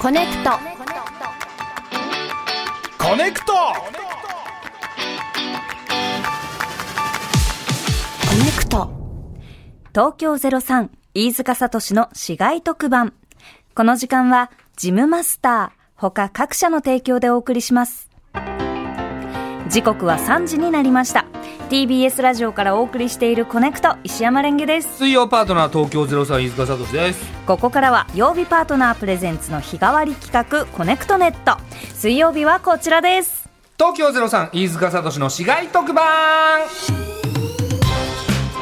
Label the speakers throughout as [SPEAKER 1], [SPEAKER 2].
[SPEAKER 1] コネクト
[SPEAKER 2] コネクト
[SPEAKER 1] コネクト
[SPEAKER 3] 東京03飯塚聡の市街特番。この時間はジムマスター、他各社の提供でお送りします。時刻は3時になりました。TBS ラジオからお送りしているコネクト、石山レンゲです。
[SPEAKER 2] 水曜パートナー東京03飯塚聡です
[SPEAKER 3] ここからは曜日パートナープレゼンツの日替わり企画コネクトネット。水曜日はこちらです。
[SPEAKER 2] 東京03飯塚聡の市街特番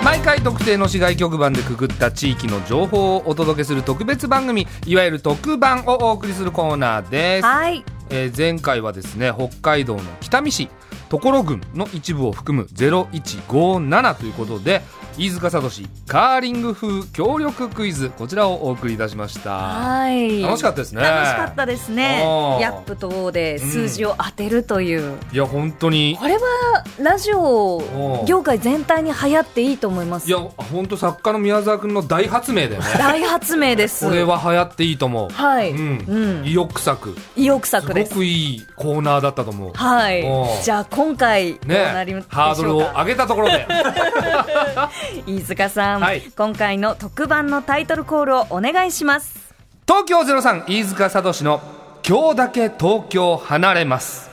[SPEAKER 2] 毎回特定の市街局番でくぐった地域の情報をお届けする特別番組いわゆる特番をお送りするコーナーです、
[SPEAKER 3] はい。
[SPEAKER 2] えー前回はですね北海道の北見市所郡の一部を含む0157ということで飯塚聡カーリング風協力クイズこちらをお送りいたしました
[SPEAKER 3] はい。
[SPEAKER 2] 楽しかったですね
[SPEAKER 3] 楽しかったですね
[SPEAKER 2] お。ー
[SPEAKER 3] ヤップと O で数字を当てるという。
[SPEAKER 2] いや本当に
[SPEAKER 3] これはラジ
[SPEAKER 2] お
[SPEAKER 3] オ
[SPEAKER 2] う
[SPEAKER 3] 業界全体に流行っていいと思いま
[SPEAKER 2] い
[SPEAKER 3] す
[SPEAKER 2] や。本当作家の宮沢君の大発明だよね
[SPEAKER 3] 大発明です。
[SPEAKER 2] これは流行っていいと思う
[SPEAKER 3] はい。
[SPEAKER 2] う
[SPEAKER 3] うんん。
[SPEAKER 2] 意欲作
[SPEAKER 3] 意欲
[SPEAKER 2] す
[SPEAKER 3] 作
[SPEAKER 2] ご
[SPEAKER 3] です。
[SPEAKER 2] くいいコーナーだったと思う
[SPEAKER 3] はい
[SPEAKER 2] おう。
[SPEAKER 3] じゃあ今回どう
[SPEAKER 2] ね
[SPEAKER 3] なりましょうか。
[SPEAKER 2] ハードルを上げたところで
[SPEAKER 3] 飯塚さん、
[SPEAKER 2] はい
[SPEAKER 3] 今回の特番のタイトルコールをお願いします。
[SPEAKER 2] 東京03飯塚聡の「今日だけ東京離れます」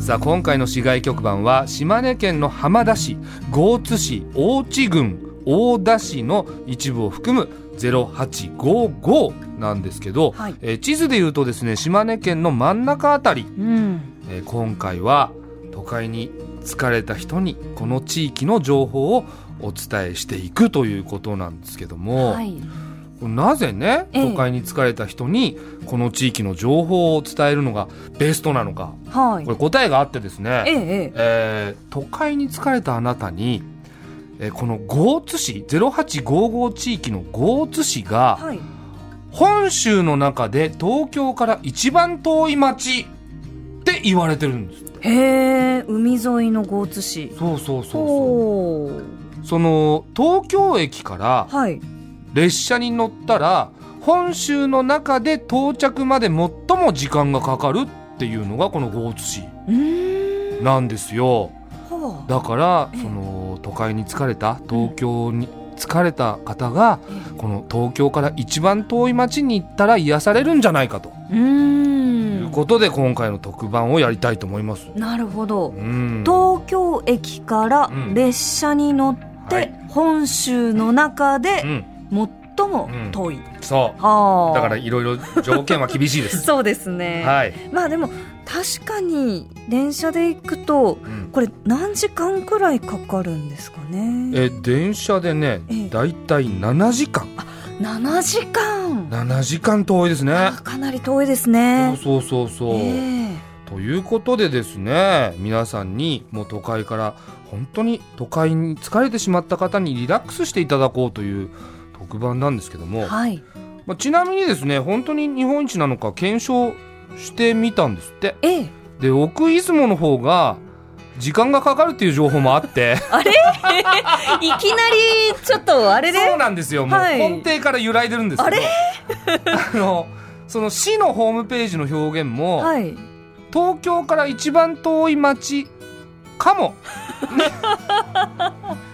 [SPEAKER 2] さあ今回の市街局番は島根県の浜田市江津市大地郡大田市の一部を含む0855なんですけど、
[SPEAKER 3] はい
[SPEAKER 2] えー地図でいうとですね島根県の真ん中あたり
[SPEAKER 3] うん。
[SPEAKER 2] えー今回は都会に疲れた人にこの地域の情報をお伝えしていくということなんですけども、
[SPEAKER 3] はい。
[SPEAKER 2] なぜね
[SPEAKER 3] ええ
[SPEAKER 2] 都会に疲れた人にこの地域の情報を伝えるのがベストなのか
[SPEAKER 3] はい
[SPEAKER 2] こ。れ答えがあってです
[SPEAKER 3] ええ
[SPEAKER 2] ね、
[SPEAKER 3] ええ。
[SPEAKER 2] えー都会に疲れたあなたに、えーこの江津市0855地域の江津市が
[SPEAKER 3] はい。
[SPEAKER 2] 本州の中で東京から一番遠い町って言われてるんです。
[SPEAKER 3] へえ、海沿いの江津市。
[SPEAKER 2] そうそうそうそ
[SPEAKER 3] ほう。
[SPEAKER 2] うその東京駅から
[SPEAKER 3] はい。
[SPEAKER 2] 列車に乗ったら本州の中で到着まで最も時間がかかるっていうのがこの江津市
[SPEAKER 3] うーん。
[SPEAKER 2] なんですよ
[SPEAKER 3] ほう。
[SPEAKER 2] だから
[SPEAKER 3] ええ
[SPEAKER 2] その都会に疲れた東京に疲れた方が
[SPEAKER 3] ええ
[SPEAKER 2] この東京から一番遠い町に行ったら癒されるんじゃないかと
[SPEAKER 3] うー。
[SPEAKER 2] いうんことで今回の特番をやりたいと思います。
[SPEAKER 3] なるほど。
[SPEAKER 2] うん
[SPEAKER 3] 東京駅から
[SPEAKER 2] うん
[SPEAKER 3] 列車に乗って、
[SPEAKER 2] はい
[SPEAKER 3] 本州の中
[SPEAKER 2] う
[SPEAKER 3] で
[SPEAKER 2] ん、
[SPEAKER 3] 最も遠い、
[SPEAKER 2] そ
[SPEAKER 3] は
[SPEAKER 2] う
[SPEAKER 3] あ
[SPEAKER 2] だからいろいろ条件は厳しい です。
[SPEAKER 3] そうですね、
[SPEAKER 2] はい、
[SPEAKER 3] まあでも確かに電車で行くと
[SPEAKER 2] うん
[SPEAKER 3] これ何時間くらいかかるんですかね
[SPEAKER 2] え電車でね
[SPEAKER 3] ええ
[SPEAKER 2] だいたい7時間
[SPEAKER 3] 7時間
[SPEAKER 2] 7時間遠いですね
[SPEAKER 3] あかなり遠いです
[SPEAKER 2] そう
[SPEAKER 3] ね
[SPEAKER 2] そうそうそう、
[SPEAKER 3] え
[SPEAKER 2] ということでですね皆さんにもう都会から本当に都会に疲れてしまった方にリラックスしていただこうという特番なんですけど
[SPEAKER 3] え
[SPEAKER 2] も、
[SPEAKER 3] はい
[SPEAKER 2] まあ、ちなみにですね本当に日本一なのか検証してみたんですって
[SPEAKER 3] ええ
[SPEAKER 2] で奥出雲の方が時間がかかるっていう情報もあっ て
[SPEAKER 3] いきなりちょっとあれで
[SPEAKER 2] そうなんですよ、
[SPEAKER 3] はい
[SPEAKER 2] もう根底から揺らいでるんですけど
[SPEAKER 3] あれ
[SPEAKER 2] あのその市のホームページの表現も、
[SPEAKER 3] はい
[SPEAKER 2] 東京から一番遠い町か も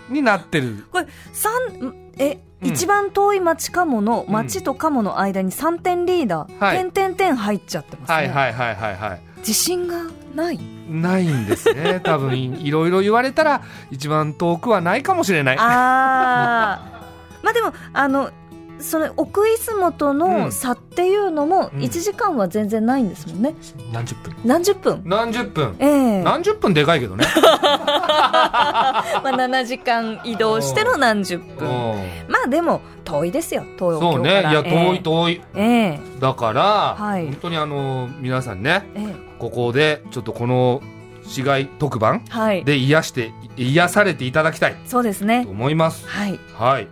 [SPEAKER 2] になってる
[SPEAKER 3] これ三え、
[SPEAKER 2] うん
[SPEAKER 3] 一番遠い町かもの
[SPEAKER 2] うん
[SPEAKER 3] 町とかもの間に3点リーダー、
[SPEAKER 2] はい
[SPEAKER 3] 点点点入っちゃってますね、
[SPEAKER 2] はいはいはいはいはい
[SPEAKER 3] 自信がない
[SPEAKER 2] ないんで すね多分いいろいろ言われたら一番遠くはないかもしれない
[SPEAKER 3] あー まあでもあのその奥出雲と
[SPEAKER 2] うん
[SPEAKER 3] の差っていうのも
[SPEAKER 2] うん
[SPEAKER 3] 1時間は全然ないんですもんね、
[SPEAKER 2] 何十分
[SPEAKER 3] 何十分
[SPEAKER 2] 何十分
[SPEAKER 3] ええ
[SPEAKER 2] 何十分でかいけどね
[SPEAKER 3] まあ、7時間移動しての何十
[SPEAKER 2] う
[SPEAKER 3] 分
[SPEAKER 2] ん
[SPEAKER 3] まあでも遠いですよ東
[SPEAKER 2] そ
[SPEAKER 3] 京
[SPEAKER 2] う
[SPEAKER 3] か
[SPEAKER 2] ねい
[SPEAKER 3] ら
[SPEAKER 2] や遠い遠い
[SPEAKER 3] ええ
[SPEAKER 2] だから
[SPEAKER 3] はい
[SPEAKER 2] 本当にあの皆さんね
[SPEAKER 3] えええ
[SPEAKER 2] ここでちょっとこの市街特番
[SPEAKER 3] えはい
[SPEAKER 2] で癒して癒されていただきたい
[SPEAKER 3] そうです
[SPEAKER 2] と
[SPEAKER 3] ね
[SPEAKER 2] 思います
[SPEAKER 3] はい、
[SPEAKER 2] はい
[SPEAKER 3] うん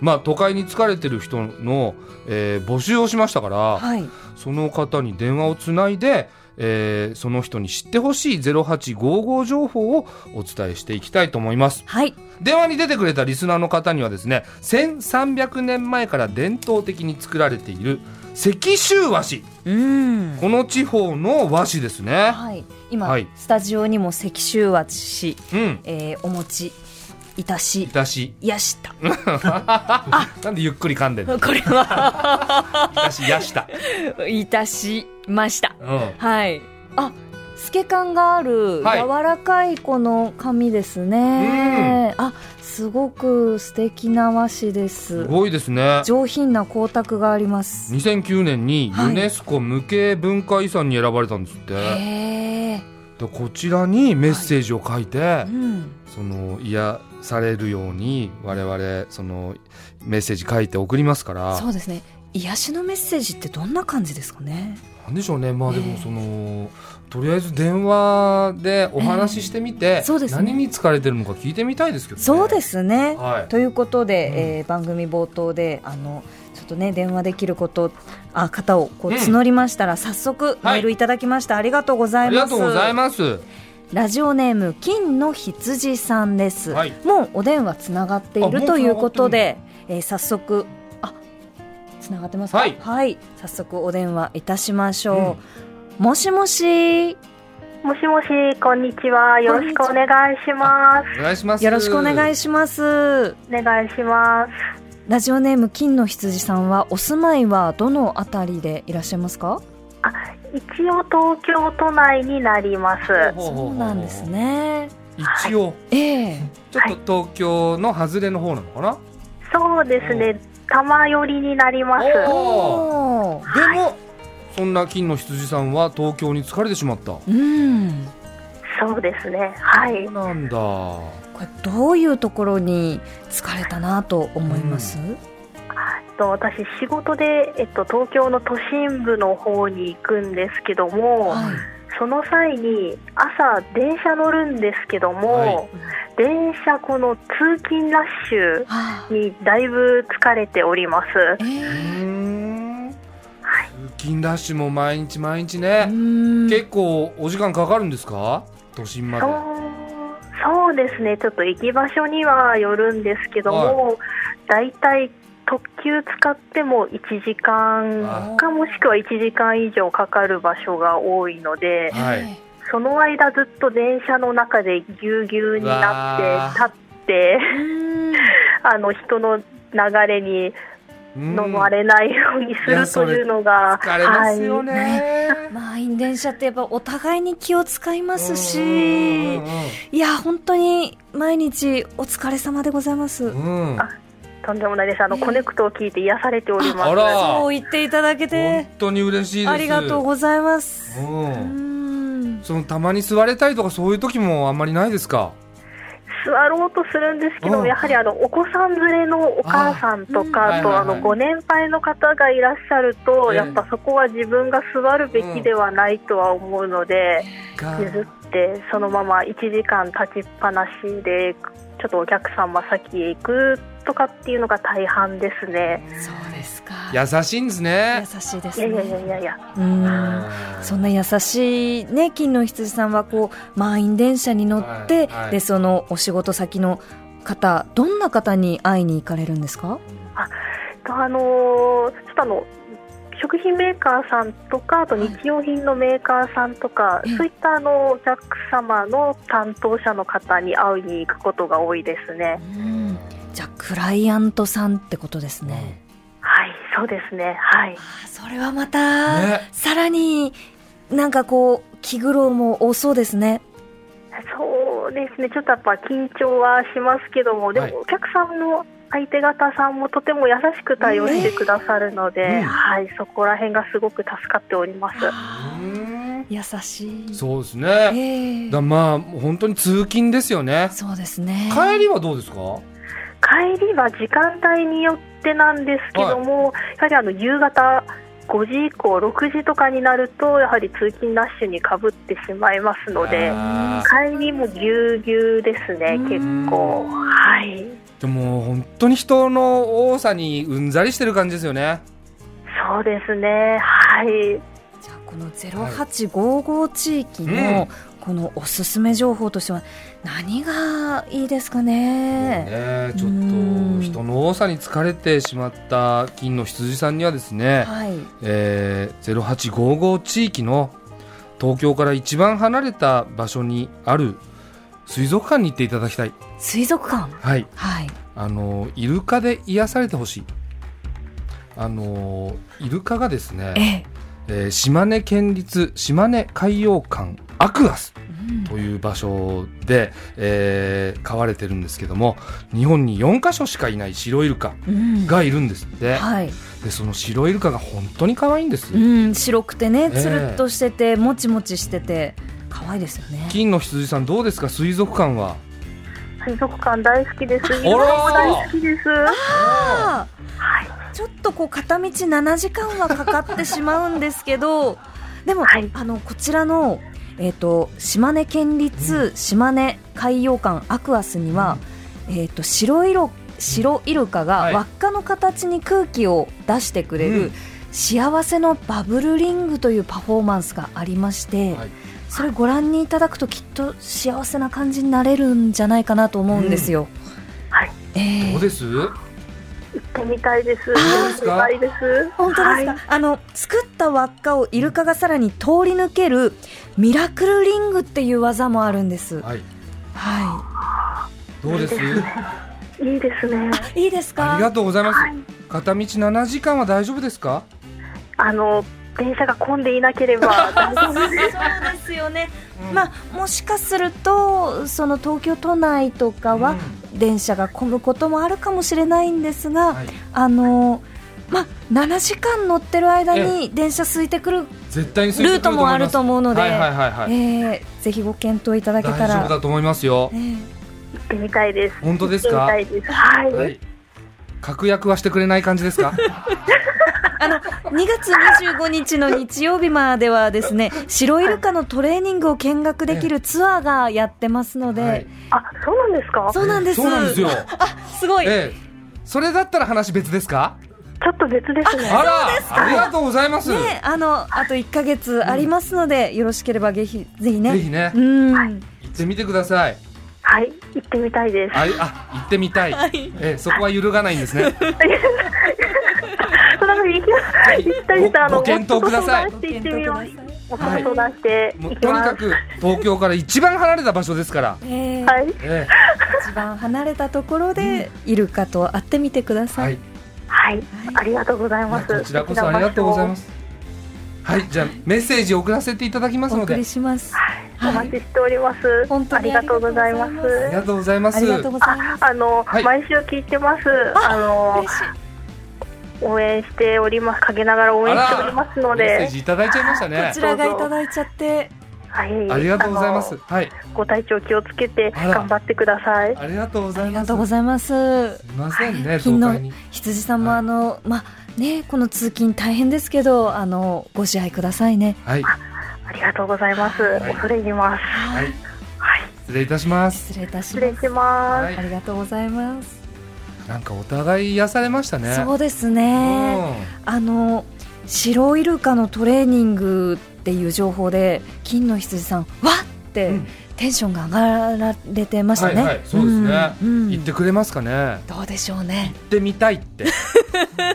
[SPEAKER 2] まあ、都会に疲れてる人の、えー募集をしましたから、
[SPEAKER 3] はい
[SPEAKER 2] その方に電話をつないで、えーその人に知ってほしい0855情報をお伝えしていきたいと思います
[SPEAKER 3] はい。
[SPEAKER 2] 電話に出てくれたリスナーの方にはですね1300年前から伝統的に作られている石州和紙
[SPEAKER 3] うん。
[SPEAKER 2] この地方の和紙ですね
[SPEAKER 3] はい。今、
[SPEAKER 2] はい
[SPEAKER 3] スタジオにも石州和紙、
[SPEAKER 2] うん
[SPEAKER 3] えー、お餅、いたし
[SPEAKER 2] い、たし
[SPEAKER 3] やした。
[SPEAKER 2] なんでゆっくり噛んでんのい
[SPEAKER 3] これは、
[SPEAKER 2] たしやした
[SPEAKER 3] いたしました。
[SPEAKER 2] うん
[SPEAKER 3] はい。あ、透け感がある、
[SPEAKER 2] はい
[SPEAKER 3] 柔らかいこの紙ですね。あ、すごく素敵な和紙ですす。
[SPEAKER 2] ごいですね
[SPEAKER 3] 上品な光沢があります。
[SPEAKER 2] 2009年に
[SPEAKER 3] はい
[SPEAKER 2] ユネスコ無形文化遺産に選ばれたんですって、
[SPEAKER 3] へえ。
[SPEAKER 2] でこちらにメッセージを書いて、
[SPEAKER 3] うん。
[SPEAKER 2] その癒されるように我々そのメッセージ書いて送りますから
[SPEAKER 3] そうですね。癒しのメッセージってどんな感じですかね。
[SPEAKER 2] なんでしょうねまあで
[SPEAKER 3] え
[SPEAKER 2] も
[SPEAKER 3] え
[SPEAKER 2] そのとりあえず電話でお話ししてみて、
[SPEAKER 3] えそうですね
[SPEAKER 2] 何に疲れてるのか聞いてみたいですけどね
[SPEAKER 3] そうですね。
[SPEAKER 2] はい
[SPEAKER 3] ということで、
[SPEAKER 2] うん
[SPEAKER 3] えー番組冒頭であのちょっとね電話できることあ方をこう
[SPEAKER 2] うん
[SPEAKER 3] 募りましたら、早速メ
[SPEAKER 2] はい
[SPEAKER 3] ールいただきました、ありがとうござ
[SPEAKER 2] あ
[SPEAKER 3] い
[SPEAKER 2] り
[SPEAKER 3] ま
[SPEAKER 2] が
[SPEAKER 3] す
[SPEAKER 2] とうございます
[SPEAKER 3] ラジオネーム金の羊さんです、
[SPEAKER 2] はい
[SPEAKER 3] もうお電話つながってい
[SPEAKER 2] あもう
[SPEAKER 3] る
[SPEAKER 2] つなが
[SPEAKER 3] と
[SPEAKER 2] ってる
[SPEAKER 3] いうことで、えー早速あつながってますか
[SPEAKER 2] はい
[SPEAKER 3] 早速お電話いたしましょう、もしもし
[SPEAKER 1] もしもし、こんにちは。よろしくお願いします。
[SPEAKER 2] お願いします
[SPEAKER 3] よろしくお願いします
[SPEAKER 1] お願いします。
[SPEAKER 3] ラジオネーム金の羊さんはお住まいはどのあたりでいらっしゃいますか
[SPEAKER 1] 一応東京都内になります。
[SPEAKER 2] ほほほほ
[SPEAKER 3] そうなんですね
[SPEAKER 2] 一応
[SPEAKER 3] ええ
[SPEAKER 2] ちょっと東京の外れの方なのかな、
[SPEAKER 1] そうですね。多摩寄りになります。
[SPEAKER 2] お
[SPEAKER 3] おー
[SPEAKER 2] でもそんな金の羊さんは東京に疲れてしまった
[SPEAKER 3] うん
[SPEAKER 1] そうですね。はい
[SPEAKER 2] そう。なんだ
[SPEAKER 3] これどういうところに疲れたなと思います、
[SPEAKER 1] えっと私、仕事で、えっと、東京の都心部の方に行くんですけども、
[SPEAKER 3] はい
[SPEAKER 1] その際に朝、電車乗るんですけども、
[SPEAKER 2] はい
[SPEAKER 1] 電車、この通勤ラッシュ
[SPEAKER 3] はあ
[SPEAKER 1] にだいぶ疲れております。
[SPEAKER 3] え
[SPEAKER 2] う
[SPEAKER 3] え
[SPEAKER 2] ーん通勤ラッシュも毎日毎日ね、
[SPEAKER 3] うん
[SPEAKER 2] 結構お時間かかるんですか都心まで
[SPEAKER 1] そうそうですね、ちょっと行き場所にはよるんですけども、大体特急使っても1時間か、もしくは1時間以上かかる場所が多いので、
[SPEAKER 2] はい
[SPEAKER 3] え
[SPEAKER 1] その間、ずっと電車の中でぎゅうぎゅうになって、立って、
[SPEAKER 3] えうん
[SPEAKER 1] あの人の流れに
[SPEAKER 2] うん
[SPEAKER 1] 飲まれないようにす
[SPEAKER 2] いや
[SPEAKER 1] る
[SPEAKER 2] そ
[SPEAKER 1] と
[SPEAKER 2] れ
[SPEAKER 1] いうのが、
[SPEAKER 2] 疲れますよね、
[SPEAKER 3] はい満員電車ってやっぱお互いに気を使いますし、
[SPEAKER 2] うん
[SPEAKER 3] いや本当に毎日お疲れ様でございます、
[SPEAKER 2] うんうんうんうん
[SPEAKER 1] はいとんでもないです、あのコネクトを聞いて癒されております。
[SPEAKER 2] あら
[SPEAKER 3] そう言っていただけ
[SPEAKER 2] 本
[SPEAKER 3] て
[SPEAKER 2] 当に嬉しいです
[SPEAKER 3] ありがとうございます
[SPEAKER 2] う
[SPEAKER 3] うんん
[SPEAKER 2] そのたまに座れたりとかそういう時もあんまりないですか
[SPEAKER 1] 座ろうとするんですけど、
[SPEAKER 2] うん
[SPEAKER 1] やはりあのお子さん連れのお母さんとか、
[SPEAKER 2] あ
[SPEAKER 1] あ
[SPEAKER 2] ーうん
[SPEAKER 1] と
[SPEAKER 2] はい
[SPEAKER 1] あ
[SPEAKER 2] はいはい
[SPEAKER 1] のご年配の方がいらっしゃると、
[SPEAKER 2] ええ
[SPEAKER 1] やっぱそこは自分が座るべきではないとは思うので、
[SPEAKER 2] か
[SPEAKER 1] 譲って、そのまま1時間立ちっぱなしで、ちょっとお客様先へ行くとかっていうのが大半ですね。
[SPEAKER 3] そうですか
[SPEAKER 2] 優しいんです
[SPEAKER 3] 優
[SPEAKER 2] ね
[SPEAKER 3] しいで
[SPEAKER 1] い
[SPEAKER 3] す
[SPEAKER 1] や
[SPEAKER 3] ね
[SPEAKER 1] いやいやいやいや、
[SPEAKER 3] うん
[SPEAKER 2] うん
[SPEAKER 3] そんな優しいね金の羊さんはこう満員電車に乗って、
[SPEAKER 2] はいはい
[SPEAKER 3] でそのお仕事先の方どんな方に会いに行かれるんですか
[SPEAKER 1] とあのーちょっとあの食品メーカーさんとかあと
[SPEAKER 3] はい
[SPEAKER 1] 日用品のメーカーさんとか、
[SPEAKER 3] ええ
[SPEAKER 1] そういったあのお客様の担当者の方に会いに行くことが多いですね。
[SPEAKER 3] じゃあクライアントさんってことですね、
[SPEAKER 1] はい、そうですね。はい
[SPEAKER 3] あ。ーそれはまた、
[SPEAKER 2] ね
[SPEAKER 3] さらになんかこう気苦労も多そうですね
[SPEAKER 1] そうですね。ちょっとやっぱ緊張はしますけども、で
[SPEAKER 2] はい
[SPEAKER 1] もお客さんの相手方さんもとても優しく対応してくださるので、
[SPEAKER 2] ええ
[SPEAKER 1] はい、そこら辺がすごく助かっております。
[SPEAKER 2] うん
[SPEAKER 3] 優しい
[SPEAKER 2] そうですね
[SPEAKER 3] ええ
[SPEAKER 2] だまあ本当に通勤ですよね
[SPEAKER 3] そうですね
[SPEAKER 2] 帰りはどうですか
[SPEAKER 1] 帰りは時間帯によってなんですけども、やはりあの夕方5時以降、6時とかになると、やはり通勤ラッシュにかぶってしまいますので、
[SPEAKER 2] あー
[SPEAKER 1] 帰りもぎゅうぎゅうですね、
[SPEAKER 2] うん
[SPEAKER 1] 結構。はい
[SPEAKER 2] でも本当に人の多さにうんざりしてる感じですよね
[SPEAKER 1] そうですね、はい。
[SPEAKER 3] じゃあこの0855地域の、このおすすめ情報としては何がいいですかね,
[SPEAKER 2] ね、ちょっと人の多さに疲れてしまった金の羊さんにはですね、はいえー、0855地域の東京から一番離れた場所にある水族館に行っていただきたい
[SPEAKER 3] 水族館
[SPEAKER 2] はい、はい、あのイルカで癒されてほしいあのイルカがですね、えええー、島根県立島根海洋館アクアスという場所で、うん、えー、飼われてるんですけども日本に4か所しかいない白イルカがいるんですって、うんはい、でその白イルカが本当に可愛いんです、
[SPEAKER 3] うん、白くてねつるっとしてて、えー、もちもちしてて可愛いですよね。
[SPEAKER 2] 金の羊さんどうですか水族館は
[SPEAKER 1] 水族館大好きです。大好きです。はい
[SPEAKER 3] ちょっとこう片道7時間はかかってしまうんですけど、でも、はい、あのこちらのえっ、ー、と島根県立島根海洋館アクアスには、うん、えっ、ー、と白色白イルカが輪っかの形に空気を出してくれる、はい、幸せのバブルリングというパフォーマンスがありまして。はいそれご覧にいただくときっと幸せな感じになれるんじゃないかなと思うんですよ。
[SPEAKER 1] うん、はい。
[SPEAKER 2] えー、どうです
[SPEAKER 1] っ
[SPEAKER 2] 行。
[SPEAKER 1] てみたいです。行ってみです
[SPEAKER 3] 本当ですか、はい、あの、作った輪っかをイルカがさらに通り抜けるミラクルリングっていう技もあるんです。はい。はい
[SPEAKER 2] どうです
[SPEAKER 1] いいですね。
[SPEAKER 3] いいですか
[SPEAKER 2] ありがとうございます、はい。片道7時間は大丈夫ですか
[SPEAKER 1] あの、電車が混んでいなければそう
[SPEAKER 3] ですよね、うん、まあ、もしかするとその東京都内とかは電車が混むこともあるかもしれないんですが、うん、あのまあ、7時間乗ってる間に電車空いてくる
[SPEAKER 2] 絶対に
[SPEAKER 3] ルートもあると思うので、
[SPEAKER 2] はいはいはい、
[SPEAKER 3] えー、ぜひご検討いただけたら
[SPEAKER 2] 大丈夫だと思いますよ、えー、行
[SPEAKER 1] ってみたいです
[SPEAKER 2] 本当ですか
[SPEAKER 1] はい、はい、
[SPEAKER 2] 確約はしてくれない感じですか
[SPEAKER 3] あの、2月25日の日曜日まではですね、白イルカのトレーニングを見学できるツアーがやってますの で。はい、
[SPEAKER 1] あ、そうなんですか
[SPEAKER 3] そうなんです。
[SPEAKER 2] そうなんですよ。
[SPEAKER 3] あ、 すごい、ええ。
[SPEAKER 2] それだったら話別ですか
[SPEAKER 1] ちょっと別ですね。
[SPEAKER 2] あら、ありがとうございます。
[SPEAKER 3] ね、あの、あと1か月ありますので、うん、よろしければぜひ、ぜひね。
[SPEAKER 2] ぜひね。
[SPEAKER 3] うん。
[SPEAKER 2] はい、行ってみてください。
[SPEAKER 1] はい、行ってみたいです。
[SPEAKER 2] あ、あ行ってみたい。はい、え、そこは揺るがないんですね。
[SPEAKER 1] その行きま 行ったりしたあの
[SPEAKER 2] ご検討ください。
[SPEAKER 1] して行ってみよう。はい、相談して
[SPEAKER 2] とにかく東京から一番離れた場所ですから、
[SPEAKER 3] えーえー、一番離れたところでイルカと会ってみてください、うん、
[SPEAKER 1] はい、はい、ありがとうございます
[SPEAKER 2] こちらこそありがとうございますはいじゃあメッセージを送らせていただきますので
[SPEAKER 3] お待ちして
[SPEAKER 1] おります、本当にありがとうございます
[SPEAKER 2] ありがとうございます
[SPEAKER 1] あの、はい、毎週聞いてますあの応援しております陰ながら応援しておりますのでメ
[SPEAKER 2] ッセージいただいちゃいましたね
[SPEAKER 3] こちらがいただいちゃって
[SPEAKER 2] はい、ありがとうございます。はい、
[SPEAKER 1] ご体調気をつけて頑張ってください。
[SPEAKER 2] ありがとうございます。ありが
[SPEAKER 3] とうございます。
[SPEAKER 2] すみませんね、はい、
[SPEAKER 3] 金羊さんもあの、はい、まあねこの通勤大変ですけどあのご自愛くださいね。
[SPEAKER 2] はい。
[SPEAKER 1] ありがとうございます。はい、恐れ入ります。
[SPEAKER 2] はい。失礼いたします。
[SPEAKER 3] 失礼いたし
[SPEAKER 1] ます。失礼します。
[SPEAKER 3] ありがとうございます。
[SPEAKER 2] なんかお互い癒されましたね。
[SPEAKER 3] そうですね。うん、あの白イルカのトレーニングっていう情報で金の羊さんわって、うん、テンションが上がられてましたね。
[SPEAKER 2] はいはい、そうですね、うん、言ってくれますかね。
[SPEAKER 3] どうでしょうね。
[SPEAKER 2] 行ってみたいって。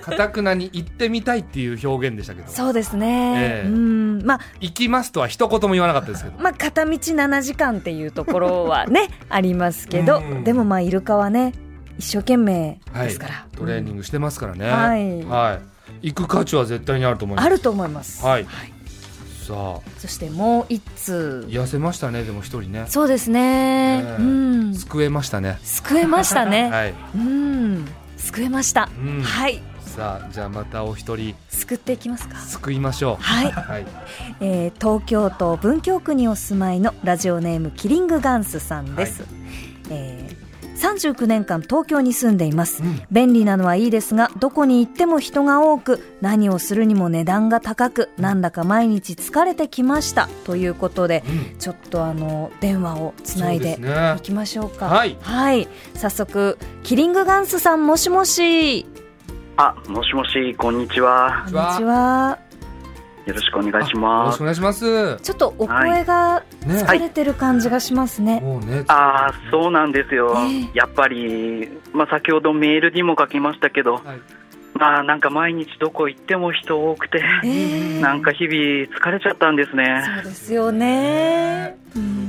[SPEAKER 2] かたくなに行ってみたいっていう表現でしたけど。
[SPEAKER 3] そうですね。えー、うん、まあ、
[SPEAKER 2] 行きますとは一言も言わなかったですけど。、
[SPEAKER 3] まあ、片道7時間っていうところはね、ありますけど、でもまあ、イルカはね、一生懸命ですから、はい
[SPEAKER 2] トレーニングしてますからね、うん、はい、はい、行く価値は絶対にあると思います
[SPEAKER 3] あると思います、
[SPEAKER 2] はい、はい、さあ
[SPEAKER 3] そしてもう一通
[SPEAKER 2] 痩せましたねでも一人ね
[SPEAKER 3] そうですね、えー、うん
[SPEAKER 2] 救えましたね
[SPEAKER 3] 救えました ね、はい、うん救えました、うん、はい
[SPEAKER 2] さあじゃあまたお一人
[SPEAKER 3] 救っていきますか
[SPEAKER 2] 救いましょう
[SPEAKER 3] はい、はい、えー、東京都文京区にお住まいのラジオネームキリングガンスさん です、はい、えー39年間東京に住んでいます、うん、便利なのはいいですがどこに行っても人が多く何をするにも値段が高くなんだか毎日疲れてきましたということで、うん、ちょっとあの電話をつないでいきましょうか、ね、はい、はい、早速キリングガンスさんもしもし
[SPEAKER 4] あもしもしこんにちは
[SPEAKER 3] こんにちは
[SPEAKER 4] よろしくお願いし
[SPEAKER 2] よろ
[SPEAKER 4] ま
[SPEAKER 2] しく
[SPEAKER 4] す
[SPEAKER 2] お。願いします。
[SPEAKER 3] ちょっとお声が
[SPEAKER 2] ね、
[SPEAKER 3] 疲れてる感じがしますね。
[SPEAKER 2] もうね、
[SPEAKER 4] ああ、そうなんですよ
[SPEAKER 3] ね。
[SPEAKER 4] やっぱり、まあ、先ほどメールにも書きましたけど、
[SPEAKER 2] はい
[SPEAKER 4] まあ、なんか毎日どこ行っても人多くて、
[SPEAKER 3] ええ
[SPEAKER 4] なんか日々疲れちゃったんですね。
[SPEAKER 3] そうですよね。うん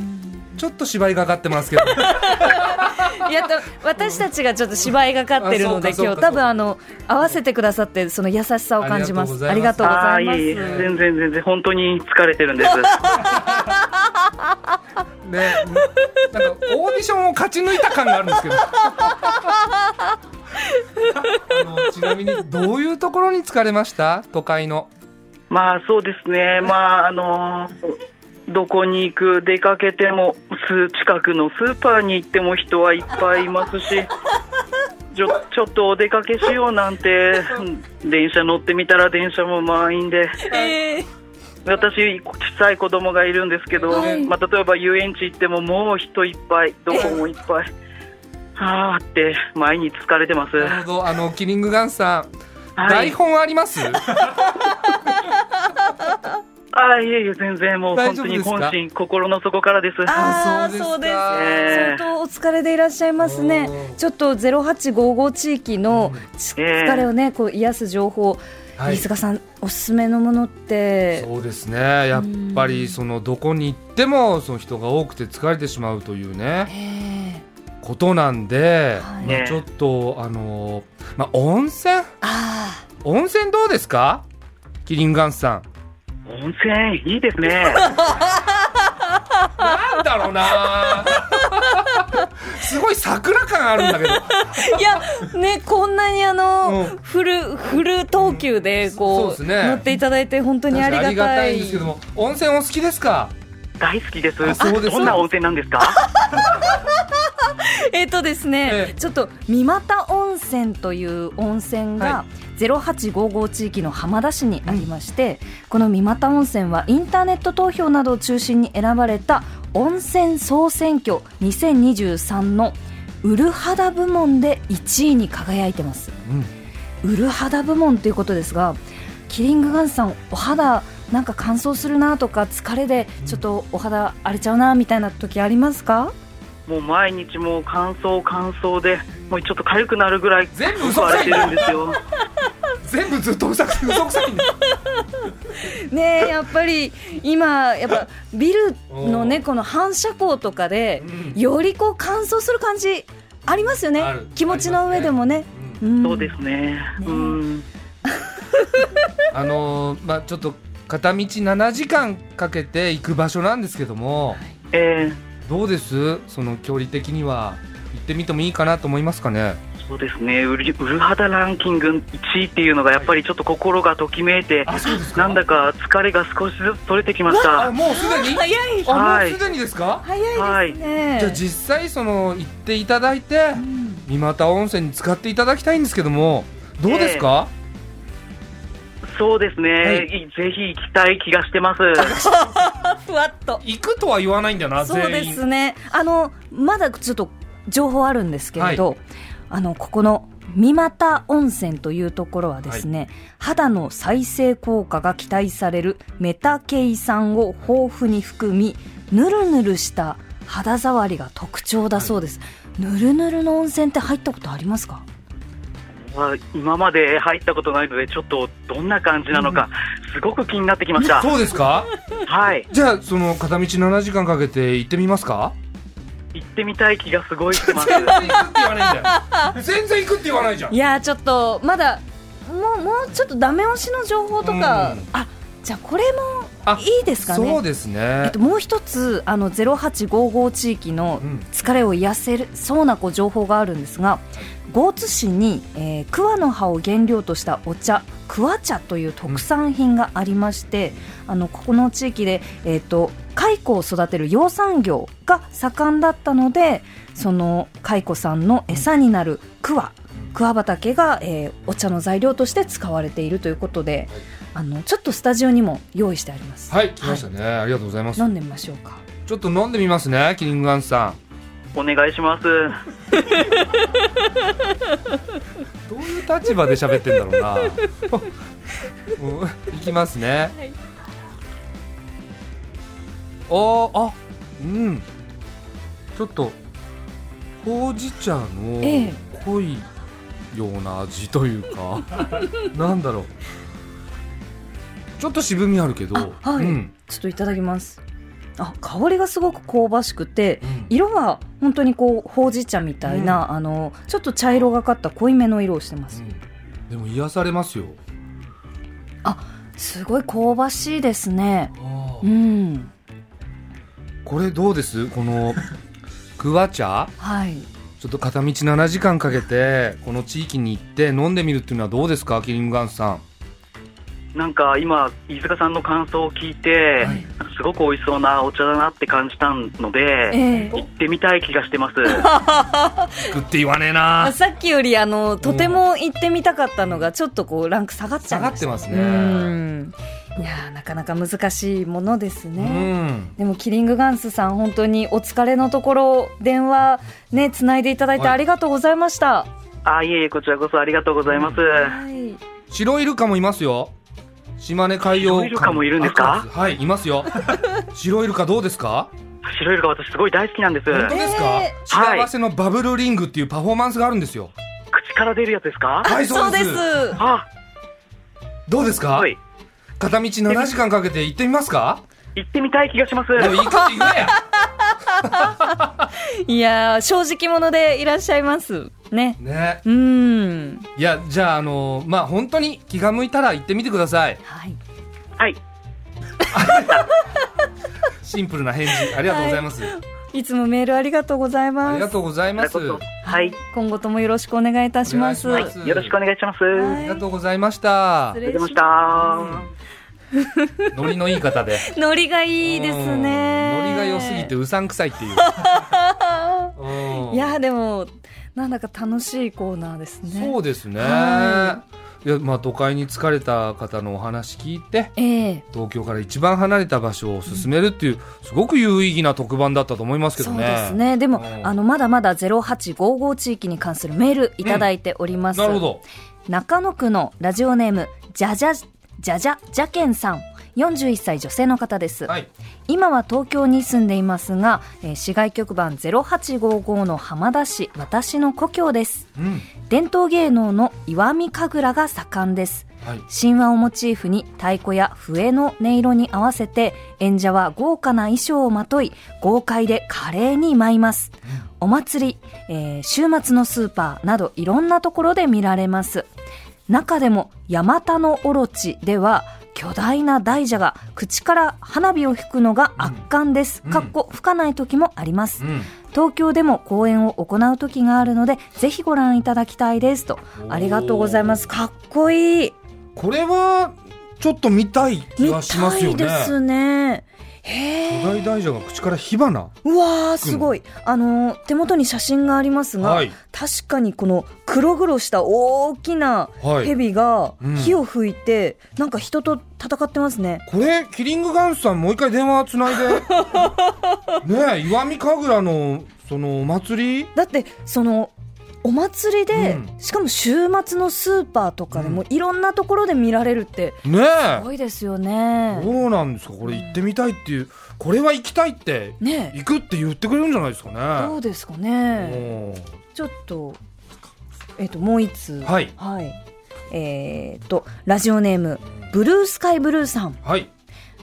[SPEAKER 2] ちょっと芝居がかってますけど、
[SPEAKER 3] いやと私たちがちょっと芝居がかってるので
[SPEAKER 2] あそう
[SPEAKER 3] 今
[SPEAKER 2] かそ
[SPEAKER 3] 日
[SPEAKER 2] うか
[SPEAKER 3] 多分あの合わせてくださってその優しさを感じますあ
[SPEAKER 2] あ
[SPEAKER 3] り
[SPEAKER 2] り
[SPEAKER 3] が
[SPEAKER 2] が
[SPEAKER 3] と
[SPEAKER 2] と
[SPEAKER 3] う
[SPEAKER 2] う
[SPEAKER 3] ご
[SPEAKER 2] ご
[SPEAKER 4] あ
[SPEAKER 3] ざ
[SPEAKER 4] あ
[SPEAKER 3] い
[SPEAKER 4] ー、
[SPEAKER 3] ます
[SPEAKER 4] いえいえ、全然全然、本当に疲れてるんです。
[SPEAKER 2] ね、なんかオーディションを勝ち抜いた感があるんですけど。 あのちなみにどういうところに疲れました都会の
[SPEAKER 4] まあそうですね、まああのどこに行く、出かけても、す近くのスーパーに行っても人はいっぱいいますし、ちょちょっとお出かけしようなんて、電車乗ってみたら電車も満員で、
[SPEAKER 3] え
[SPEAKER 4] 私、小さい子供がいるんですけど、
[SPEAKER 3] はい
[SPEAKER 4] まあ、例えば遊園地行っても、もう人いっぱい、どこもいっぱい。はあって前に疲れてます。
[SPEAKER 2] なるほどあのキリングガンさん、
[SPEAKER 4] はい
[SPEAKER 2] 台。本あり ます
[SPEAKER 4] あいえいえ全然もう
[SPEAKER 2] 大
[SPEAKER 4] 本
[SPEAKER 2] 丈夫
[SPEAKER 4] 当に
[SPEAKER 2] ですか
[SPEAKER 4] 本心心の底からです。
[SPEAKER 3] あ
[SPEAKER 2] あ
[SPEAKER 3] あ
[SPEAKER 2] ー
[SPEAKER 3] そ
[SPEAKER 2] そうう
[SPEAKER 3] で
[SPEAKER 2] ですす
[SPEAKER 3] か相
[SPEAKER 2] か
[SPEAKER 3] 当お疲れでいらっしゃいますね
[SPEAKER 2] おー
[SPEAKER 3] ちょっと0855地域のち
[SPEAKER 4] ええ
[SPEAKER 3] 疲れをねこう癒す情報
[SPEAKER 2] はい
[SPEAKER 3] 飯塚さんおすすめのものって
[SPEAKER 2] そうですねやっぱりそのどこに行ってもその人が多くて疲れてしまうというね
[SPEAKER 3] ええ
[SPEAKER 2] ことなんで、
[SPEAKER 3] はい
[SPEAKER 2] まあ、ちょっとあのまあ温泉
[SPEAKER 3] あ
[SPEAKER 2] 温泉どうですかキリンガンさん
[SPEAKER 4] 温泉いいです ね。
[SPEAKER 2] なんだろ うなすごい桜感あるんだけど
[SPEAKER 3] あいやねこんなにあの
[SPEAKER 2] うん
[SPEAKER 3] フルフル等級でこう
[SPEAKER 2] そうですね
[SPEAKER 3] 乗っていただいて本当にありがた
[SPEAKER 2] ん
[SPEAKER 3] い
[SPEAKER 2] ですけども温泉お好きですか
[SPEAKER 4] 大好きです。
[SPEAKER 2] あそうです
[SPEAKER 4] どんな温泉なんですか？
[SPEAKER 3] えっとですね
[SPEAKER 2] え、え
[SPEAKER 3] ちょっと三股温泉という温泉が
[SPEAKER 2] は
[SPEAKER 3] 0855地域の浜田市にありまして、この三股温泉はインターネット投票などを中心に選ばれた温泉総選挙2023のウルハダ部門で1位に輝いてます。
[SPEAKER 2] うん
[SPEAKER 3] ウルハダ部門ということですがキリングガンさんお肌なんか乾燥するなとか疲れでちょっとお肌荒れちゃうなみたいな時ありますか
[SPEAKER 4] もう毎日もう乾燥乾燥で、もうちょっと痒くなるぐらい
[SPEAKER 2] 全部嘘く
[SPEAKER 4] 食わ
[SPEAKER 2] さ
[SPEAKER 4] れ
[SPEAKER 2] い
[SPEAKER 4] てるんですよ。
[SPEAKER 2] 全部ずっと嘘くさい嘘くさい んだ
[SPEAKER 3] ねえやっぱり今やっぱビルのねこの反射光とかで
[SPEAKER 2] うん
[SPEAKER 3] よりこう乾燥する感じありますよね
[SPEAKER 2] ある
[SPEAKER 3] 気持ちの上でもね
[SPEAKER 2] うん
[SPEAKER 3] ん
[SPEAKER 4] そうですね。うん。
[SPEAKER 2] あのーまあちょっと片道7時間かけて行く場所なんですけども
[SPEAKER 4] え
[SPEAKER 2] どうですその距離的には行ってみてもいいかなと思いますかね
[SPEAKER 4] ー、そうですね。ウルウルハダランキング1位っていうのがやっぱりちょっと心がときめいて、
[SPEAKER 2] あそうです
[SPEAKER 4] なんだか疲れが少しずつ取れてきました。
[SPEAKER 2] もうすでに
[SPEAKER 3] 早い
[SPEAKER 2] あ
[SPEAKER 4] は
[SPEAKER 2] も
[SPEAKER 4] いう
[SPEAKER 2] すでにですか
[SPEAKER 3] 早いですね
[SPEAKER 2] じゃあ実際その行っていただいて三股温泉に使っていただきたいんですけどもどうですか、
[SPEAKER 4] そうですね、
[SPEAKER 2] はい
[SPEAKER 4] いぜひ行きたい気がしてます。
[SPEAKER 3] ふわっと
[SPEAKER 2] 行くとは言わないんだよな
[SPEAKER 3] そうで
[SPEAKER 2] 全員
[SPEAKER 3] すねあのまだちょっと情報あるんですけれど、あのここの三股温泉というところはですね、肌の再生効果が期待されるメタケイ酸を豊富に含みぬるぬるした肌触りが特徴だそうです、ぬるぬるの温泉って入ったことありますか
[SPEAKER 4] まあ今まで入ったことないので、ちょっとどんな感じなのか、すごく気になってきました。
[SPEAKER 2] そうで すか
[SPEAKER 4] はい、
[SPEAKER 2] じゃあその片道7時間かけて行ってみますか
[SPEAKER 4] 行ってみたい気がすごいして ます。
[SPEAKER 2] 全然行くって言わないんだよ 全然行くって言わないじゃん
[SPEAKER 3] いやーちょっとまだもうもうちょっとダメ押しの情報とか、
[SPEAKER 2] うん
[SPEAKER 3] あじゃあこれも
[SPEAKER 2] あ
[SPEAKER 3] いいですかね
[SPEAKER 2] そうです
[SPEAKER 3] え
[SPEAKER 2] ね
[SPEAKER 3] っと、もう一つあの0855地域の
[SPEAKER 2] うん
[SPEAKER 3] 疲れを癒せるそうなこう情報があるんですが江津市に、えー、桑の葉を原料としたお茶桑茶という特産品がありまして、あのここの地域で、えー、と蚕を育てる養蚕業が盛んだったのでその蚕さんの餌になる桑桑畑が、えーお茶の材料として使われているということで、あのちょっとスタジオにも用意してあります。
[SPEAKER 2] はい来ましたね、ありがとうございます
[SPEAKER 3] 飲んでみましょうか。
[SPEAKER 2] ちょっと飲んでみますねキリングアンさん
[SPEAKER 4] お願いします。
[SPEAKER 2] どういう立場で喋ってんだろうなうんいきますね。おーあうんちょっとほうじ茶の
[SPEAKER 3] ええ
[SPEAKER 2] 濃いような味というか、なんだろうちょっと渋みあるけど、
[SPEAKER 3] あはい
[SPEAKER 2] うん
[SPEAKER 3] ちょっといただきますあ香りがすごく香ばしくて
[SPEAKER 2] うん
[SPEAKER 3] 色は本当にこうほうじ茶みたいな、あのちょっと茶色がかった濃いめの色をしてます、
[SPEAKER 2] うんでも癒されますよ。
[SPEAKER 3] すごい香ばしいですねうん
[SPEAKER 2] これどうですこのクワ茶
[SPEAKER 3] はい
[SPEAKER 2] ちょっと片道7時間かけてこの地域に行って飲んでみるっていうのはどうですかキリングガンさん。
[SPEAKER 4] なんか今、飯塚さんの感想を聞いて、
[SPEAKER 2] はい
[SPEAKER 4] すごく美味しそうなお茶だなって感じたので、
[SPEAKER 3] ええ
[SPEAKER 4] 行ってみたい気がしてます。
[SPEAKER 2] 行くって言わねえな
[SPEAKER 3] あ。さっきよりあのとても行ってみたかったのがちょっとこうランク下がっちゃ
[SPEAKER 2] 下
[SPEAKER 3] い
[SPEAKER 2] が
[SPEAKER 3] ま
[SPEAKER 2] っ
[SPEAKER 3] してた
[SPEAKER 2] ます
[SPEAKER 3] う
[SPEAKER 2] ね。
[SPEAKER 3] んいやーなかなか難しいものです
[SPEAKER 2] う
[SPEAKER 3] ね、
[SPEAKER 2] ん。
[SPEAKER 3] でもキリングガンスさん本当にお疲れのところ電話ねつないでいただいて
[SPEAKER 2] はい
[SPEAKER 3] ありがとうございました。は
[SPEAKER 4] あ、いえいえ、こちらこそありがとうございます。
[SPEAKER 3] い。
[SPEAKER 2] 白イルカもいますよ。島根海洋
[SPEAKER 4] 白イルカもいるんですか
[SPEAKER 2] あはい、いますよ。白イルカどうですか
[SPEAKER 4] 白イルカ私すごい大好きなんです。
[SPEAKER 2] 本当ですか、
[SPEAKER 3] え
[SPEAKER 4] はい
[SPEAKER 2] 幸せのバブルリングっていうパフォーマンスがあるんですよ。
[SPEAKER 4] 口から出るやつですか
[SPEAKER 2] はい、
[SPEAKER 3] そうです。
[SPEAKER 4] あ、
[SPEAKER 2] どうですか、
[SPEAKER 4] はい。
[SPEAKER 2] 片道7時間かけて行ってみますか
[SPEAKER 4] 行ってみたい気がします。
[SPEAKER 2] でも行くって言えや
[SPEAKER 3] いやー正直者でいらっしゃいますね。
[SPEAKER 2] ね
[SPEAKER 3] うーん。
[SPEAKER 2] いやじゃああのまあ本当に気が向いたら行ってみてください
[SPEAKER 3] はい。
[SPEAKER 4] はい。
[SPEAKER 2] シンプルな返事ありがとうございます、
[SPEAKER 3] いつもメールありがとうござい
[SPEAKER 2] あ
[SPEAKER 3] ま
[SPEAKER 2] りが
[SPEAKER 3] す。
[SPEAKER 2] とうござい
[SPEAKER 4] あ
[SPEAKER 2] ま
[SPEAKER 4] り
[SPEAKER 2] す
[SPEAKER 4] がとうはい。
[SPEAKER 3] 今後ともよろしくお願いいたします。
[SPEAKER 2] お願いします
[SPEAKER 4] はい。よろしくお願いします。
[SPEAKER 2] あ
[SPEAKER 3] は
[SPEAKER 4] あ
[SPEAKER 2] りがとうございました
[SPEAKER 3] 失
[SPEAKER 4] りがとうございまし
[SPEAKER 3] ま
[SPEAKER 4] た。
[SPEAKER 2] ノリのいい方で
[SPEAKER 3] すノリが いいですね
[SPEAKER 2] う。んノリが良すぎて。うさんくさいっ ていううん
[SPEAKER 3] いやーでもなんだか楽しいコーナーですね。
[SPEAKER 2] そうですね、、
[SPEAKER 3] はい
[SPEAKER 2] やまあ都会に疲れた方のお話聞いて
[SPEAKER 3] ええ
[SPEAKER 2] 東京から一番離れた場所を進めるっていう、すごく有意義な特番だったと思いますけど
[SPEAKER 3] そ
[SPEAKER 2] ね
[SPEAKER 3] うですね。でも、
[SPEAKER 2] うん
[SPEAKER 3] あの、まだまだ0855地域に関するメールいただいております。
[SPEAKER 2] なるほど
[SPEAKER 3] 中野区のラジオネーム、じゃじゃ、じゃじゃ、じゃけんさん。41歳女性の方です、
[SPEAKER 2] はい
[SPEAKER 3] 今は東京に住んでいますが、えー市外局番0855の浜田市私の故郷です
[SPEAKER 2] うん
[SPEAKER 3] 伝統芸能の石見神楽が盛んです
[SPEAKER 2] はい
[SPEAKER 3] 神話をモチーフに太鼓や笛の音色に合わせて演者は豪華な衣装をまとい豪快で華麗に舞いますお祭り、えー週末のスーパーなどいろんなところで見られます中でも「ヤマタのオロチ」では巨大な大蛇が口から花火を吹くのが圧巻です、
[SPEAKER 2] うん
[SPEAKER 3] かっこ吹かない時もあります、
[SPEAKER 2] うん
[SPEAKER 3] 東京でも公演を行う時があるのでぜひご覧いただきたいですと
[SPEAKER 2] おー
[SPEAKER 3] ありがとうございますかっこいい
[SPEAKER 2] これはちょっと見たい気
[SPEAKER 3] 見
[SPEAKER 2] がしま
[SPEAKER 3] た
[SPEAKER 2] すよ
[SPEAKER 3] い
[SPEAKER 2] ね。
[SPEAKER 3] ですね
[SPEAKER 2] 巨
[SPEAKER 3] へえ
[SPEAKER 2] 大大蛇が口から火花。
[SPEAKER 3] うわーすごいあのー手元に写真がありますが、
[SPEAKER 2] はい
[SPEAKER 3] 確かにこの黒々した大きな
[SPEAKER 2] はい
[SPEAKER 3] 蛇が
[SPEAKER 2] うん
[SPEAKER 3] 火を吹いて、なんか人と戦ってますね
[SPEAKER 2] これキリングガンスさんもう一回電話つない で。ねえ石見神楽のそのお祭り。
[SPEAKER 3] だってそのお祭りで、
[SPEAKER 2] うん
[SPEAKER 3] しかも週末のスーパーとかでも、
[SPEAKER 2] う
[SPEAKER 3] いろんなところで見られるって
[SPEAKER 2] ね
[SPEAKER 3] すご
[SPEAKER 2] え。
[SPEAKER 3] いですよ
[SPEAKER 2] ど
[SPEAKER 3] ね
[SPEAKER 2] うなんですかこれ行ってみたいっていうこれは行きたいって
[SPEAKER 3] ね
[SPEAKER 2] 行くって言ってくれるんじゃないですかね。
[SPEAKER 3] どうですかね
[SPEAKER 2] おー
[SPEAKER 3] ちょっとえっ、ともう一通
[SPEAKER 2] はい
[SPEAKER 3] えっ、とラジオネームブルースカイブルーさん
[SPEAKER 2] はい。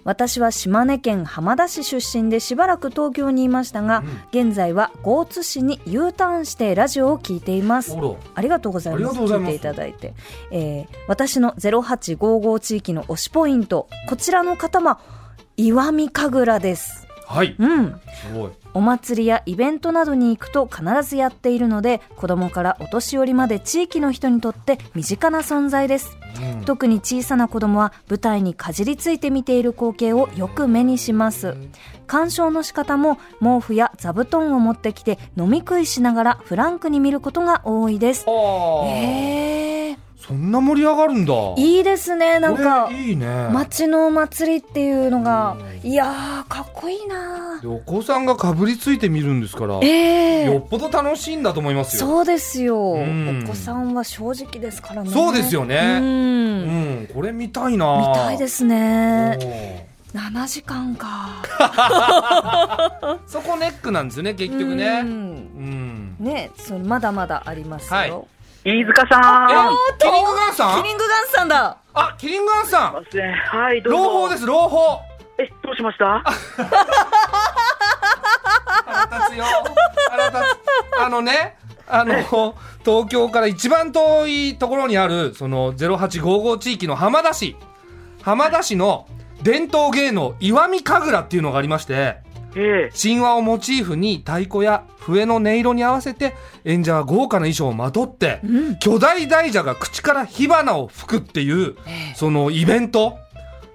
[SPEAKER 3] 私は島根県浜田市出身でしばらく東京にいましたが、現在は江津市に U ターンしてラジオを聞いています
[SPEAKER 2] ほら。
[SPEAKER 3] ありがとうござい
[SPEAKER 2] あり
[SPEAKER 3] ま
[SPEAKER 2] が
[SPEAKER 3] す
[SPEAKER 2] とうございます
[SPEAKER 3] 聞いていただいて、えー私の0855地域の推しポイントこちらの方は石見神楽です
[SPEAKER 2] はい。
[SPEAKER 3] うん
[SPEAKER 2] すごい。
[SPEAKER 3] お祭りやイベントなどに行くと必ずやっているので子供からお年寄りまで地域の人にとって身近な存在です
[SPEAKER 2] うん
[SPEAKER 3] 特に小さな子供は舞台にかじりついて見ている光景をよく目にします鑑賞の仕方も毛布や座布団を持ってきて飲み食いしながらフランクに見ることが多いです
[SPEAKER 2] ああ。
[SPEAKER 3] えー、
[SPEAKER 2] そんな盛り上がるんだ
[SPEAKER 3] いいですねなんか
[SPEAKER 2] これいいね、
[SPEAKER 3] 町のお祭りっていうのがいやーかっこいいな
[SPEAKER 2] でお子さんがかぶりついてみるんですから、
[SPEAKER 3] ええ
[SPEAKER 2] よっぽど楽しいんだと思いますよ
[SPEAKER 3] そうですよ、
[SPEAKER 2] うん
[SPEAKER 3] お子さんは正直ですからね
[SPEAKER 2] そうですよね
[SPEAKER 3] うん
[SPEAKER 2] う
[SPEAKER 3] 見
[SPEAKER 2] んこれ見たいな
[SPEAKER 3] たいですすね7時間か
[SPEAKER 2] そこネックなんですよね結局
[SPEAKER 3] う
[SPEAKER 2] ね
[SPEAKER 3] ん
[SPEAKER 2] うん
[SPEAKER 3] ねそのまだまだありますよ、
[SPEAKER 2] はい
[SPEAKER 4] 飯塚さん。
[SPEAKER 2] え
[SPEAKER 4] すい
[SPEAKER 2] キリングガンさん
[SPEAKER 3] キリングガンさんだ
[SPEAKER 2] あキリングガンさん
[SPEAKER 4] ません。はい、どうも。
[SPEAKER 2] 朗報です朗報
[SPEAKER 4] え、どうしました
[SPEAKER 2] 腹立つよ腹立つあのねあの東京から一番遠いところにあるその0855地域の浜田市浜田市の伝統芸能石見神楽っていうのがありまして
[SPEAKER 4] ええ。
[SPEAKER 2] 神話をモチーフに太鼓や笛の音色に合わせて演者は豪華な衣装をまとって、
[SPEAKER 3] ん
[SPEAKER 2] 巨大大蛇が口から火花を吹くっていう、そのイベント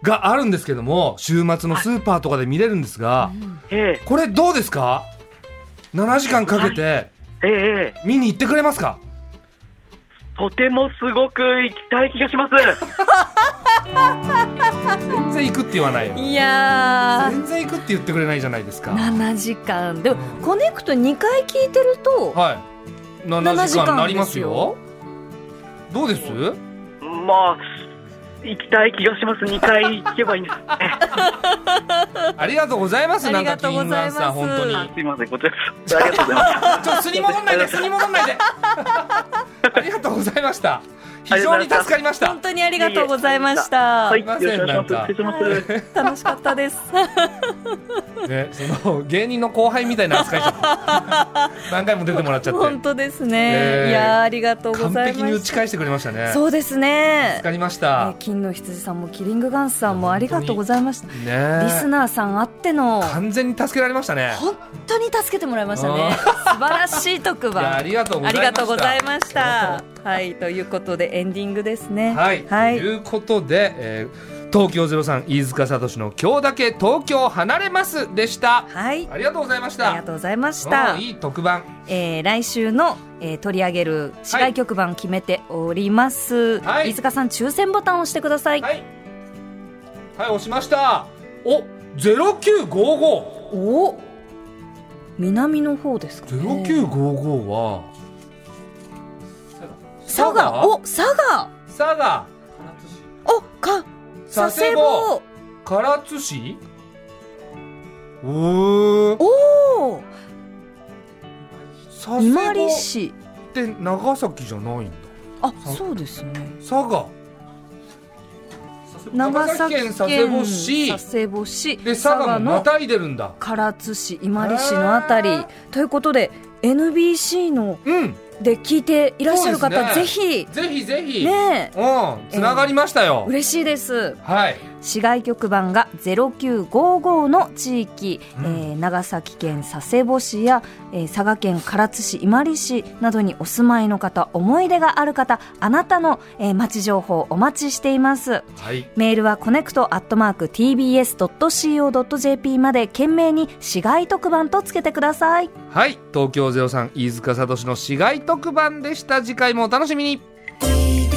[SPEAKER 2] があるんですけども週末のスーパーとかで見れるんですが、
[SPEAKER 4] え
[SPEAKER 2] これどうですか7時間かけて
[SPEAKER 4] え。ええ。
[SPEAKER 2] 見に行ってくれますか
[SPEAKER 4] とてもすごく行きたい気がします。
[SPEAKER 2] 全然行くって言わないよ
[SPEAKER 3] いや
[SPEAKER 2] 全然行くって言ってくれないじゃないですか
[SPEAKER 3] ー7時間でもコネクト2回聞いてると
[SPEAKER 2] はい7時間になりますよどうです
[SPEAKER 4] まあ、行きたい気がします。2回行けばいいんです。
[SPEAKER 2] ありがとうございます
[SPEAKER 3] あ
[SPEAKER 2] なん
[SPEAKER 3] り
[SPEAKER 2] か
[SPEAKER 3] が
[SPEAKER 2] キ
[SPEAKER 3] とう
[SPEAKER 2] リ
[SPEAKER 3] ご
[SPEAKER 2] ン
[SPEAKER 3] ざ
[SPEAKER 2] ガ
[SPEAKER 3] い
[SPEAKER 2] ン
[SPEAKER 3] ます
[SPEAKER 2] さん本当に
[SPEAKER 4] あすいません、こちらこ そ。ありがとうございます。
[SPEAKER 2] ちょっとすり戻んないで、すり戻んないで。ありがとうございました。非常に助かりました
[SPEAKER 3] 本。当にありがとうございました
[SPEAKER 4] はい、よろしくお願いします。失礼します。
[SPEAKER 3] 楽しかったです
[SPEAKER 2] ね、その芸人の後輩みたいな扱いじゃん何回も出てもらっちゃって
[SPEAKER 3] 本。当ですね、
[SPEAKER 2] えー
[SPEAKER 3] いやーありがとうご
[SPEAKER 2] 完
[SPEAKER 3] ざいま
[SPEAKER 2] 璧に打
[SPEAKER 3] し
[SPEAKER 2] ち
[SPEAKER 3] た
[SPEAKER 2] 返してくれましたね。
[SPEAKER 3] そうですね
[SPEAKER 2] 助かりまし
[SPEAKER 3] え
[SPEAKER 2] た
[SPEAKER 3] ー。金の羊さんもキリングガンさんもありがとうございましたリス
[SPEAKER 2] ね。
[SPEAKER 3] ナーさんあっての
[SPEAKER 2] 完全に助けられましたね。
[SPEAKER 3] 本当に助けてもらいましたね素晴らしい特
[SPEAKER 2] いや
[SPEAKER 3] 番
[SPEAKER 2] ありがとうございま
[SPEAKER 3] ありが
[SPEAKER 2] した
[SPEAKER 3] とうございましたはいということでエンディングですね
[SPEAKER 2] はい、ということで、えー東京ゼロさん飯塚聡の今日だけ東京離れますでした。
[SPEAKER 3] はい
[SPEAKER 2] ありがとうございまし
[SPEAKER 3] あ
[SPEAKER 2] た。
[SPEAKER 3] りがとうございました
[SPEAKER 2] うんいい特番。
[SPEAKER 3] えー来週の、えー取り上げる市外局番決めております、
[SPEAKER 2] はい
[SPEAKER 3] 飯塚さん抽選ボタンを押してください、
[SPEAKER 2] はい。はい、押しました。お、ゼロ九五五。
[SPEAKER 3] お南の方ですか
[SPEAKER 2] ゼ
[SPEAKER 3] ね
[SPEAKER 2] ロ九五五は
[SPEAKER 3] 佐賀お佐賀
[SPEAKER 2] 佐賀
[SPEAKER 3] おか佐世保
[SPEAKER 2] 唐津市おー
[SPEAKER 3] おお
[SPEAKER 2] 佐
[SPEAKER 3] 伊
[SPEAKER 2] 世
[SPEAKER 3] 万里
[SPEAKER 2] 保っ
[SPEAKER 3] 市
[SPEAKER 2] て長崎じゃないんだ
[SPEAKER 3] あそうですね
[SPEAKER 2] 佐賀
[SPEAKER 3] 長崎県
[SPEAKER 2] 佐世保市
[SPEAKER 3] 佐世保市
[SPEAKER 2] で佐賀もま
[SPEAKER 3] の
[SPEAKER 2] たいでるんだ
[SPEAKER 3] 唐津市伊万里市のあたりということで NBC の
[SPEAKER 2] うん
[SPEAKER 3] で聞いていらっしゃる方、
[SPEAKER 2] そ
[SPEAKER 3] ぜ
[SPEAKER 2] うです
[SPEAKER 3] ひ
[SPEAKER 2] ぜひぜひ
[SPEAKER 3] ねえ
[SPEAKER 2] うんつながりましたよ、
[SPEAKER 3] 嬉しいです
[SPEAKER 2] はい
[SPEAKER 3] 市外局番が0955の地域、
[SPEAKER 2] うん
[SPEAKER 3] えー長崎県佐世保市や、えー佐賀県唐津市伊万里市などにお住まいの方思い出がある方あなたの、えー街情報お待ちしています
[SPEAKER 2] はい
[SPEAKER 3] メールはコネクトアットマーク tbs.co.jp まで懸命に市外特番とつけてください
[SPEAKER 2] はい東京ゼロ三飯塚聡の市街特番でした次回もお楽しみに
[SPEAKER 5] TBS